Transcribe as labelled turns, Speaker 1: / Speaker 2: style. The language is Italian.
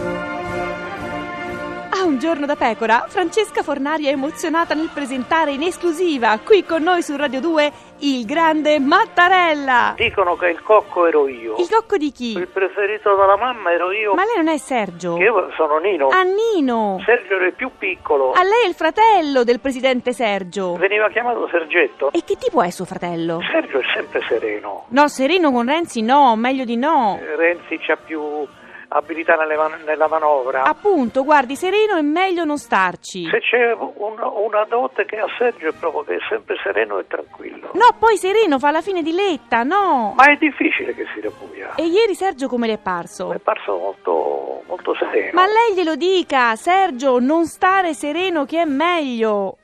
Speaker 1: Ah, Un giorno da pecora, Francesca Fornaria è emozionata nel presentare in esclusiva qui con noi su Radio 2 il grande Mattarella.
Speaker 2: Dicono che il cocco ero io.
Speaker 1: Il cocco di chi?
Speaker 2: Il preferito dalla mamma ero io.
Speaker 1: Ma Ah, lei non è Sergio?
Speaker 2: Io sono Nino.
Speaker 1: Annino.
Speaker 2: Sergio era il più piccolo.
Speaker 1: A lei è il fratello del presidente Sergio.
Speaker 2: Veniva chiamato Sergetto.
Speaker 1: E che tipo è suo fratello?
Speaker 2: Sergio è sempre sereno.
Speaker 1: No, sereno con Renzi no, meglio di no.
Speaker 2: Eh, Renzi c'ha più abilità nelle man- nella manovra.
Speaker 1: Appunto, guardi, sereno è meglio non starci.
Speaker 2: Se c'è un- una dote che ha Sergio è proprio che è sempre sereno e tranquillo.
Speaker 1: No, poi sereno fa la fine di letta, no.
Speaker 2: Ma è difficile che si repuia.
Speaker 1: E ieri Sergio come le è parso?
Speaker 2: Mi è parso molto, molto sereno.
Speaker 1: Ma lei glielo dica, Sergio, non stare sereno che è meglio.